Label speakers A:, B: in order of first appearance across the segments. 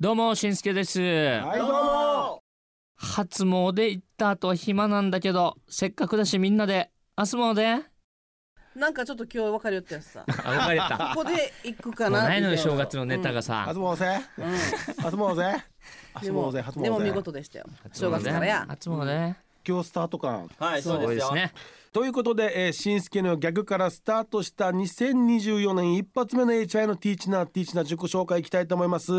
A: どうもしんすけです、
B: はいどうも
A: 初詣行った後は暇なんだけどせっかくだしみんなで明日詣
C: なんかちょっと今日別れよったやつさ
A: あ分かれた
C: ここで行くか
A: もう
C: な
A: ないのよ
C: みたい
A: 正月のネタがさ、
B: 初詣ぜ
C: なうん
B: 初詣ぜ初 詣
C: でも
B: ぜ初詣ぜ
C: でも見事でしたよ正月からや
A: 初詣ね
B: 今日スタート感
D: はい、
A: す
D: そう
A: ごい
D: で
A: ですす
D: よ。
A: ね
B: ということで、えー、新助の逆からスタートした2024年一発目の HI のティーチナーティーチナー自己紹介いきたいと思います、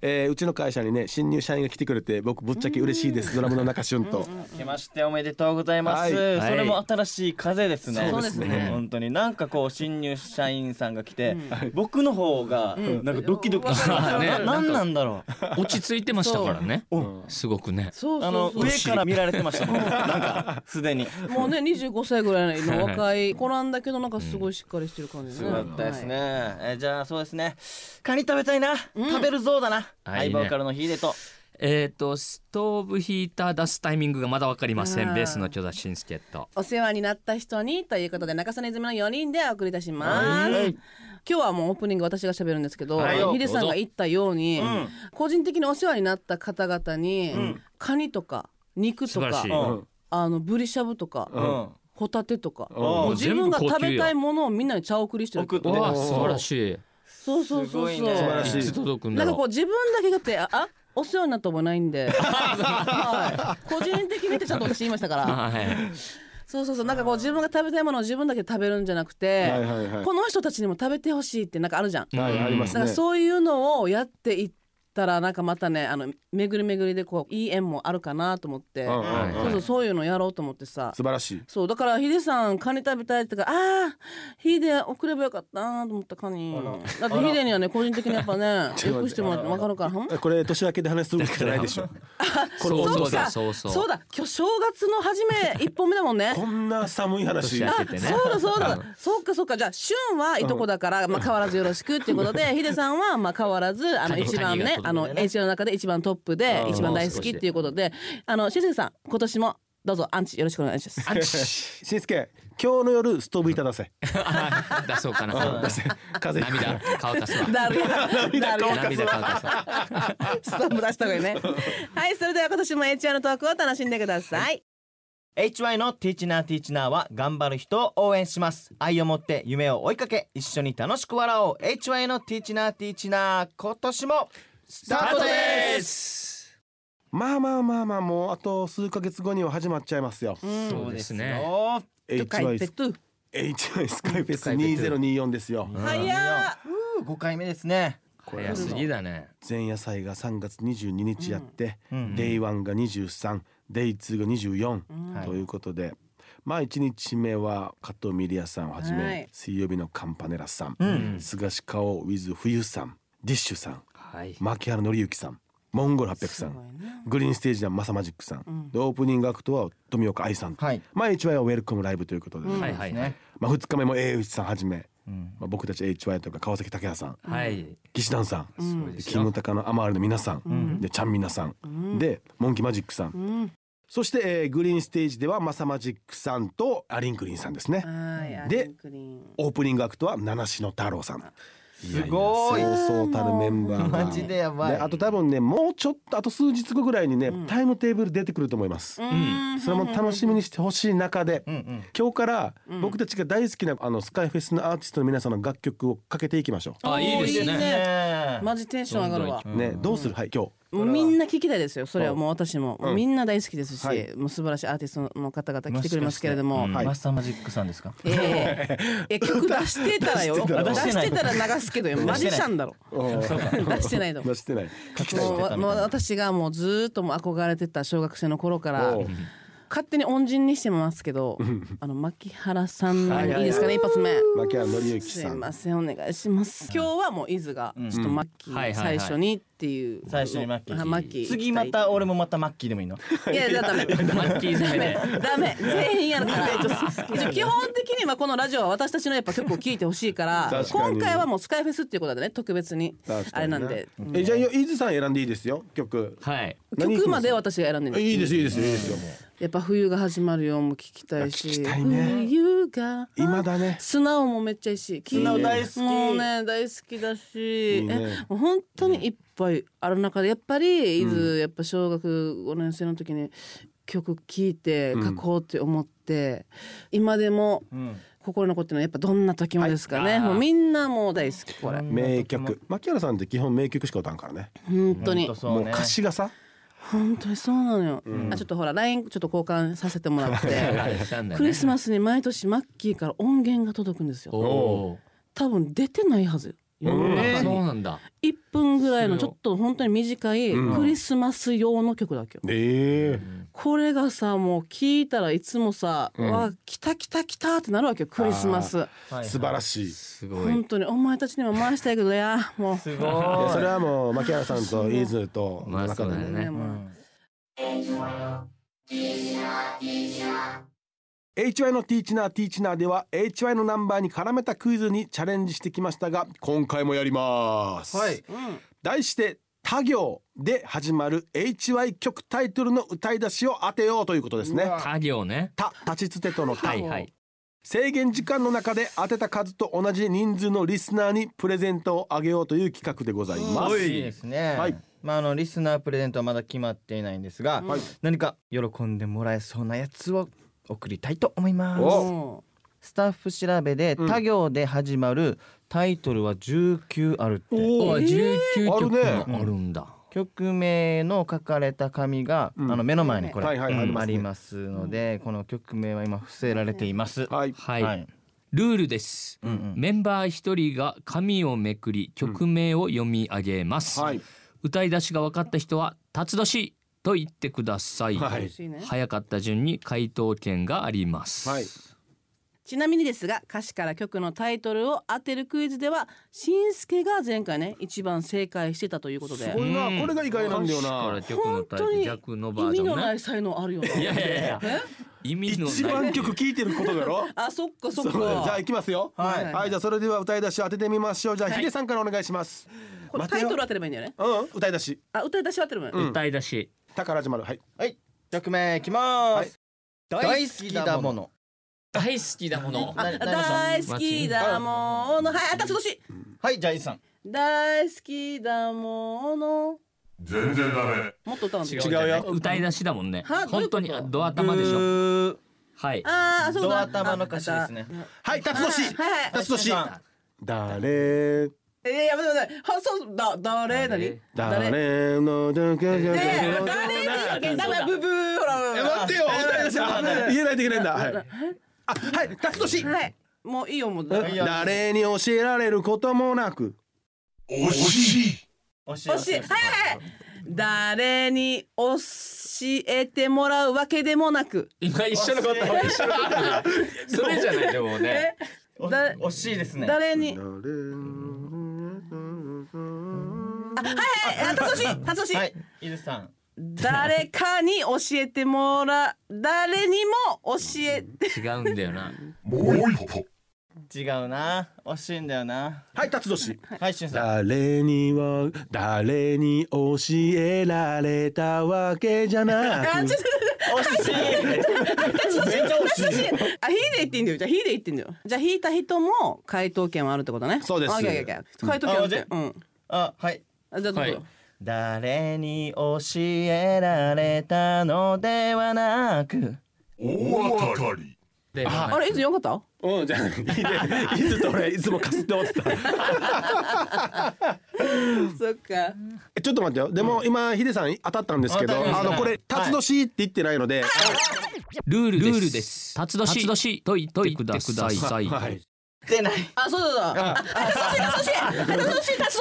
B: えー、うちの会社にね新入社員が来てくれて僕ぶっちゃけ嬉しいですドラムの中旬と
D: 明けましておめでとうございます。
B: はい
A: はい
D: それも新しい風ですね。
C: そうですねそうですね
D: 本当になんかこう新入社員さんが来て、僕の方がなんかドキドキしてます。
A: ね
D: ななんなんだろ
A: 落ち着いてましたからねすごくね
C: そう
D: う。
C: そ
D: あ
C: うそ
D: の
C: う
D: 上から見られてましたもん。なんかすでに。
C: もうね25歳ぐらいの若い子なんだけどなんかすごいしっかりしてる感じ
D: よかったですね。えじゃあそうですね。カニ食べたいな。食べるぞうだな。
A: あいい
D: 相
A: ね
D: 棒からのヒデと。
A: えっ、とストーブヒーター出すタイミングがまだわかりませ
C: あ
A: ん
C: ー
A: ベースの巨田しんすけと
C: お世話になった人にということで中曽根泉の4人でお送りいたします、今日はもうオープニング私が喋るんですけど、
D: はいよ
C: ヒデさんが言ったように、
D: ん
C: 個人的にお世話になった方々に、カニとか肉
A: 素
C: と
A: 晴ら
C: か
A: しい、
D: うん
C: あのブリしゃぶとか、
D: うん。
C: ホタテとか、
D: もう
C: 自分が
A: 全部高
C: 食
A: 級よ
C: べたいものをみんなに茶送りしてる
D: 送って
A: わあ
B: おー
A: 素晴らしい
C: そうそうそう
D: す
C: そう、
D: ごいね素晴ら
A: い
B: し
A: つ届くんだ
C: なん
A: ろ
C: か
A: う
C: こう自分だけがってああお世話になった覚えない んで、はい、個人的にってちゃんと私言いましたか ら
A: はい
C: そうそうそうなんかこう自分が食べたいものを自分だけ食べるんじゃなくて、
B: はいはいはい
C: この人たちにも食べてほしいってなんかあるじゃん。
A: ん
B: はいあります
C: なんか
B: ね
C: そういうのをやっていったらなんかまたねあの巡り巡りでこういい縁もあるかなと思って、
B: うんうんうん
C: そうそうそういうのやろうと思ってさ。
B: 素晴らしい
C: そうだからヒデさんカニ食べたいって言ったからああヒデ送ればよかったなと思ったカニだってヒデにはね個人的にやっぱね よくしてもらって分かるからうん
B: えこれ年明けで話することじゃないでしょ
A: そうそうだそ
C: そうう
A: そう
C: だ今日正月の初め一本目だもん ね
B: こんな寒い話
A: 年明け
C: あ
A: てね
C: そうだそうだそうかそうかじゃあ旬はいとこだから、まあ、変わらずよろしくっていうことでヒデさんはまあ変わらずあの
A: カニ
C: 一番
A: カニ
C: ね
A: が届
C: あの
A: くね
C: h の中で一番トップで
D: うん
C: 一番大好きっていうことであのシセさん今年もどうぞアンチよろしくお願いし ます。
A: アンチ
B: しんすけ今日の夜ストーブいただせ
A: 出そうかな
B: 出せ風邪
A: 涙乾かすわ
C: だるやだる
A: 涙
C: や
A: 乾かすわ
C: ストップ出した方が いいね。はい、それでは今年も HR のトークを楽しんでください。
D: HY のティーチナーティーチナーは頑張る人を応援します愛を持って夢を追いかけ一緒に楽しく笑おう HY のティーチナーティーチナー今年もスタートです
A: す
B: まあまあまあまあもうあと数ヶ月後には始まっちゃいますよ
A: そうですね
D: よ
B: HY
C: てと。
B: HI スカイフェス2024ですよ、
C: 早っ。
D: うー5回目ですね
A: 早すぎだね
B: 前夜祭が3月22日やって、
D: うんうん
B: デイ1が23デイ2が24、
D: ん
B: ということで、まあ1日目は加藤ミリアさんをはじめ、
C: はい
B: 水曜日のカンパネラさん、
D: うん
B: 菅氏顔 with 冬さんディッシュさん
A: はい
B: 牧原紀之さんモンゴル800さん、グリーンステージではマサマジックさん、でオープニングアクトは富岡愛さん、
D: はい
B: まあ一番はウェルカムライブということで、
A: はいはいはい
D: ね
B: まあ、2日目も A 内さんはじめ、まあ、僕たち HY とか川崎武也さん、
A: はい
B: 岸団さん、
A: そうです
B: キムタカのアマールの皆さん、でちゃんみなさん、でモンキーマジックさん、そして、えーグリーンステージではマサマジックさんとアリンクリンさんですね、
C: はい。
B: で
C: アリンクリーン
B: オープニングアクトは七篠太郎さん
D: すごい
B: ややそうそうたるメンバーが
D: マジでやばい
B: あと多分ねもうちょっとあと数日後ぐらいにね、タイムテーブル出てくると思います、それも楽しみにしてほしい中で、
D: ん
B: 今日から僕たちが大好きなあのスカイフェスのアーティストの皆さんの楽曲をかけていきましょ
A: あいいですね
D: ね
C: マジテンション上がるわ
B: う、。ねどうするはい今日
C: もうみんな聞きたいですよ。それはもう私も、
B: ん
C: みんな大好きですし、
B: はい
C: もう素晴らしいアーティストの方々来てくれますけれども。
B: はい
D: マスターマジックさんですか
C: えええ曲出してたらよ
B: 出してたら
C: 出してたら流すけどよマジシャン だろ出してないの
B: 出してない書きたい
C: もうわもう私がもうずーっともう憧れてた小学生の頃から
B: おう
C: 勝手に恩人にしてますけどあの牧原さん
B: はい
C: い
B: はい
C: いですかね一発目
B: 牧原紀之
C: すい
B: さん
C: ませんお願いします今日はもう伊豆がちょっとマッキ
A: うんはい
C: ー
A: はいはい
C: 最初にっていう
D: 最初にマッキー
C: はいマッキー
D: 次また俺もまたマッキーでもいいの
C: いやいやダメ
A: マッキー攻めで
C: ダメ全員やるから一応基本的にはこのラジオは私たちのやっぱ曲を聴いてほしいから
B: 確かに
C: 今回はもうスカイフェスっていうことでね特別に
B: 確
C: あ
B: か
C: れ
B: に
C: なんで
B: えじゃあ伊豆さん選んでいいですよ曲
A: はい
B: 何行き
C: 曲まで私が選んでる
B: いいですいいですいいですよ
C: やっぱ冬が始まるよも聞きたいし
B: 聞きたいね
C: 冬が
B: 今だね
C: 砂をもめっちゃいいし
D: 素直大好き
C: もうね大好きだ
B: い
C: し
B: いね
C: えもう本当にいっぱいある中でやっぱり伊豆やっぱ小学5年生の時に曲聴いて
B: うん
C: 書こうって思って、今でも
D: うん
C: 心に残ってるのはやっぱどんな時もですかね、
D: はいあー
C: もうみんなもう大好きこれ
B: 名曲牧原さんって基本名曲しか歌わんからね
C: 本当に
D: ほんとそう
B: もう
D: ね
B: 歌詞がさ
C: 本当にそうなのよ、
B: ん
C: あちょっとほら LINE ちょっと交換させてもらっ て
A: ク
C: クリス
A: ス
C: マスに毎年マッキーから音源が届くんですよ
A: お
C: 多分出てないはずよ世
A: お、
C: の
A: えー、
C: 中に
A: そうなんだ
C: 1分ぐらいのちょっと本当に短い
B: うん
C: クリスマス用の曲だけよ、
B: え
C: これがさもう聞いたらいつもさ「
B: うん
C: わあ来た来た来た」ってなるわけよクリスマス
D: は
B: え
D: い
B: 素晴らしい
A: すご
C: 本
A: い
C: 当にお前たちにも回したいけどいやもう
D: すごい
B: いやそれはもう牧原さんとイズと
A: ま
B: の
A: あ
B: 中
A: そう
B: で
A: だ
B: ね
A: よね
D: う
C: もうん
B: HY のティーチナーティーチナーでは HY のナンバーに絡めたクイズにチャレンジしてきましたが今回もやります、
D: はい
C: うん
B: 題して他行で始まる HY 曲タイトルの歌い出しを当てようということですね
A: 他行ね
B: た立ちつてとのた、
A: はいはい
B: 制限時間の中で当てた数と同じ人数のリスナーにプレゼントをあげようという企画でございま
D: お
B: す
D: いいいですね、
B: はい
D: まああのリスナープレゼントはまだ決まっていないんですが、
C: はい
D: 何か喜んでもらえそうなやつを送りたいと思います
B: お
C: も
D: スタッフ調べで他行で始まるタイトルは19あるって、
B: お
A: お
B: ー
A: 19曲も
B: ある
A: あ
D: ね
A: るんだ、
D: 曲名の書かれた紙が、
B: うん
D: あの目の前にこれ、
B: はいはい
D: うん
B: ありますね
D: ありますので、この曲名は今伏せられています、
B: はい
A: はい、ルールです、
D: うんうん
A: メンバー一人が紙をめくり曲名を読み上げます、
B: はい
A: 歌い出しが分かった人は「辰年」と言ってください、
B: は
C: う
B: い
C: 嬉しいね
A: 早かった順に回答権があります、
B: はい
C: ちなみにですが歌詞から曲のタイトルを当てるクイズではしんすけが前回ね一番正解してたということ
B: す
C: で
B: ごいなこれが意外なんだよ
A: から
B: な
A: 曲のタイトル逆のバ
C: 意
A: ージョ
C: 味の
A: ン
C: な
A: ね
C: い才能あるよね
A: いやいやいや意味の
B: 一
A: な
B: 番
A: い
B: 曲聴いてることだろ
C: あそっかそっ
B: そうじゃあ
C: か
B: 行きますよ
D: は
B: はいい、じゃあそれでは歌い出しを当ててみましょうじゃあ、ヒデさんからお願いします
C: これタイトル当てればいいんだよね
B: うん歌い出し
C: あ歌い出し当てればいい、
B: うん
A: 歌い出し
B: だから始まるはい
D: はい曲名いきます、大好きだもの
A: 大好きだもの
C: あ大好きだものはいあたつ年
D: はいじゃあイさん
C: 大好きだもの
E: 全然ダメ
C: もっと歌うんだ
A: 違
C: よ
A: う
B: 違うよ
A: よ歌い出しだもんね
C: はど
A: 本
C: ういう
A: 当
C: こと
A: にあド頭でしょ
D: ょ
A: はい
C: あーあそう
D: ド
C: だ
D: 頭の歌詞ですね
B: はい辰年
C: はいはい
B: 辰年
D: はい
B: 誰
C: えー、やめてくださいはそうだ誰何誰
B: 誰のどこか
C: え
B: え
C: ー誰に言うわけだからブブーほら
B: 待ってよ歌い出しは言えないといけないんだはいあはい辰年
C: はいもういいよもう
D: い
C: 惜
D: よ
B: 誰に教えられることもなく
E: 惜しい
D: 惜しい
C: しいはいはい誰に教えてもらうわけでもなく
A: 今一緒のこと
D: 惜
A: 一緒のことそれじゃないでもね
D: 惜
C: だ
D: 惜しいですね
C: 誰に
B: 誰
C: はいはいたつ年たつ年
D: はい伊豆さん
C: 誰かに教えてもら誰にも教えて
A: 違うんだよな
E: もう一歩
D: 違うな惜しいんだよな
B: はい辰年
D: はいしゅんさん
B: 誰には誰に教えられたわけじゃな
C: あちょっと
D: 惜しいめっちゃ惜しい
C: あヒーで言ってんだよじゃあヒーで言ってんだよじゃあ引いた人も回答権はあるってことね
B: そうです
C: オッケーオッケーオッケー回答権あるってうん
D: あはい
C: あじゃあどう
A: はい
C: ぞ
D: 誰に教えられたのではなく
E: 大当たり
A: で
C: あれいつよかった
B: うんじゃあいいね いつと俺いつもかすって思ってた
C: そっか
B: えちょっと待ってよでも今ヒデさん当たったんですけど
D: 当たりま
B: あ
D: した
B: のこれ「辰年」って言ってないので
A: ルールです。辰年。辰年。と言ってください。
B: はい
D: 出ない
C: あそうだそうだああ達年達年達年達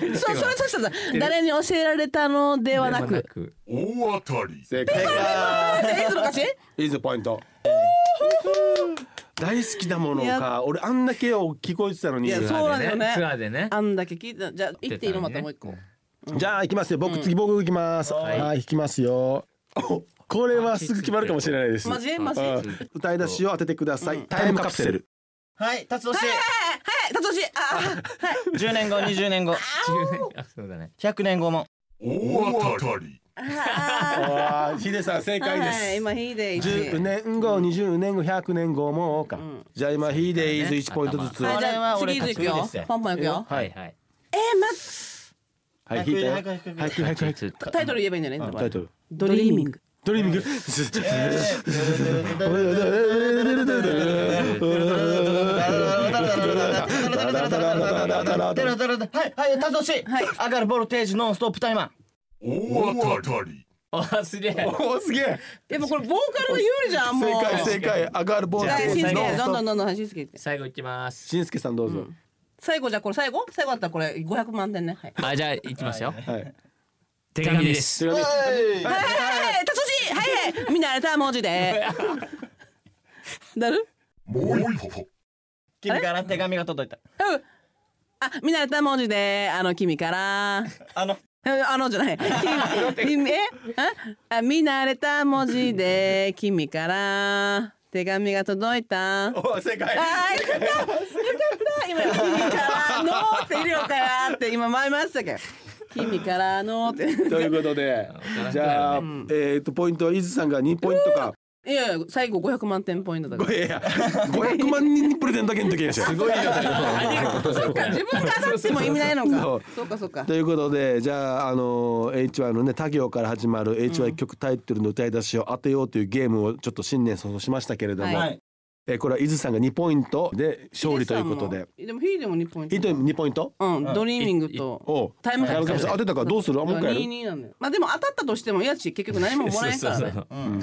C: 年そうそれそしたら誰に教えられたのではなく
A: く。
E: 大当たり
B: 正解
C: あじゃあいつの歌詞
B: いいぞポイント大好きだもの
C: い
B: か
C: や
B: 俺あんだけよ聞こえてたのに
C: いやそうなんだよね
A: ツアーでね。
C: あんだけ聞いたじゃあ言っていいのまたもう一個
B: じゃあ行きますよ僕次僕行きます
D: はい
B: はい行きますよおこれはすぐ決まるかもしれないです
C: マジマジ
B: うん歌い出しを当ててくださいタイムカプセル
D: はい達年
C: はい達年あ
D: 10年後20年後
A: そうだね。
D: 100年後も
E: 大当たり
C: あは
B: あーヒデさん正
C: いは
B: 解
C: い
B: で
C: はい
B: す
C: 今ヒデ
B: 10
C: 1
B: 年後20年後100年後もか、じゃあ今ヒデイズ1ポイントずつ
C: はい
B: は
C: じゃあ
D: これ
C: 次
D: は俺
C: いくよ
D: 得意ですよ
C: パンパンいくよ
A: はいはい
C: えー、ま
B: い引いたよはい
D: 早く
B: はいはいはい
A: ちょっと
C: タイトル言えばいいんじゃない
B: タイトル
C: ドリーミング
B: ドリーミング
D: はいはいたとし上がるボルテージノンストップタイマー
E: 大当たり
A: あすげえ
B: おおすげえ
C: でもこれボーカルが有利じゃんもう
B: 正解正解上がるボール
C: じゃあしんすけどんどん
B: ん
C: どんどんはいしんすけって
A: 最後いきます
B: しんすけさんどうぞ、
C: 最後じゃあこれ最後最後だったらこれ500万点ねはい
A: あじゃあいきますよ
B: はい
A: 手紙です
B: 手紙
C: はいはいはいたとしはいはいみんなあれた文字でなる
E: もう一歩
D: 君から手紙が届いた
C: うんあみんなあれた文字であの君から
D: あの
C: えあのじゃない。君えああ見慣れた文字で君から手紙が届いた。あ
B: お正解
C: ーよかったよかった今君からのっているのかなって今迷いましたけど。君からのって。
B: ということでじゃあ、えっとポイントは伊豆さんが2ポイントか
C: いやいや最後500万点ポイントだか
B: ごいやいや500万人にプレゼントだけの時でしょすごいよ
C: ら。そっか自分からっても意味ないの
B: そ
C: か
B: う。
C: そうかそうか
B: と。いうことでじゃああの HY のね他行から始まる HY 曲タイトルの歌い出しを当てようというゲームをちょっと新年早々しましたけれども、
D: はい
B: えーこれは伊豆さんが2ポイントで勝利ということで。
C: でもヒーでも2ポイント
B: ヒー。ト2ポイント
C: うんドリーミングと。
B: おう
C: タイムカ
B: タイムカプセル当てたからどうするもう一回やる
C: 22なんだよまあでも当たったとしてもいやち結局何ももらえんからね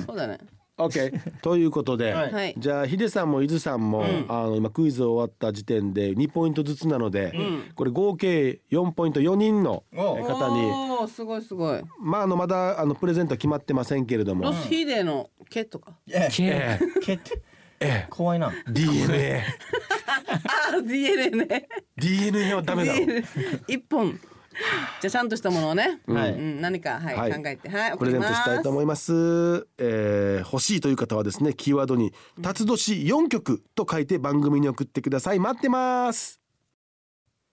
C: そうだね
B: OK ということで、
D: はい
C: はい
B: じゃあヒデさんも伊豆さんも、あの今クイズ終わった時点で2ポイントずつなので、これ合計4ポイント4人のえ
D: おう
B: ー方に
C: おーすごいすごい
B: まああのまだあのプレゼントは決まってませんけれども
C: ロスヒデの毛とか
A: け
B: え
D: けって
B: え
D: 怖いな
B: DNA
C: あ DNA ね
B: DNA はダメだろ
C: 一本じゃあちゃんとしたものをねう
D: はい
C: ん何かはい
B: はい
C: 考えてはい
B: プレゼントしたいと
C: い
B: 思います、えー欲しいという方はですねキーワードに「辰年4曲」と書いて番組に送ってください待ってます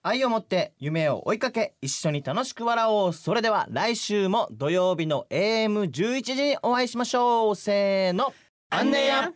D: 愛を持って夢を追いかけ一緒に楽しく笑おうそれでは来週も土曜日の AM11 時にお会いしましょうせーのアンネや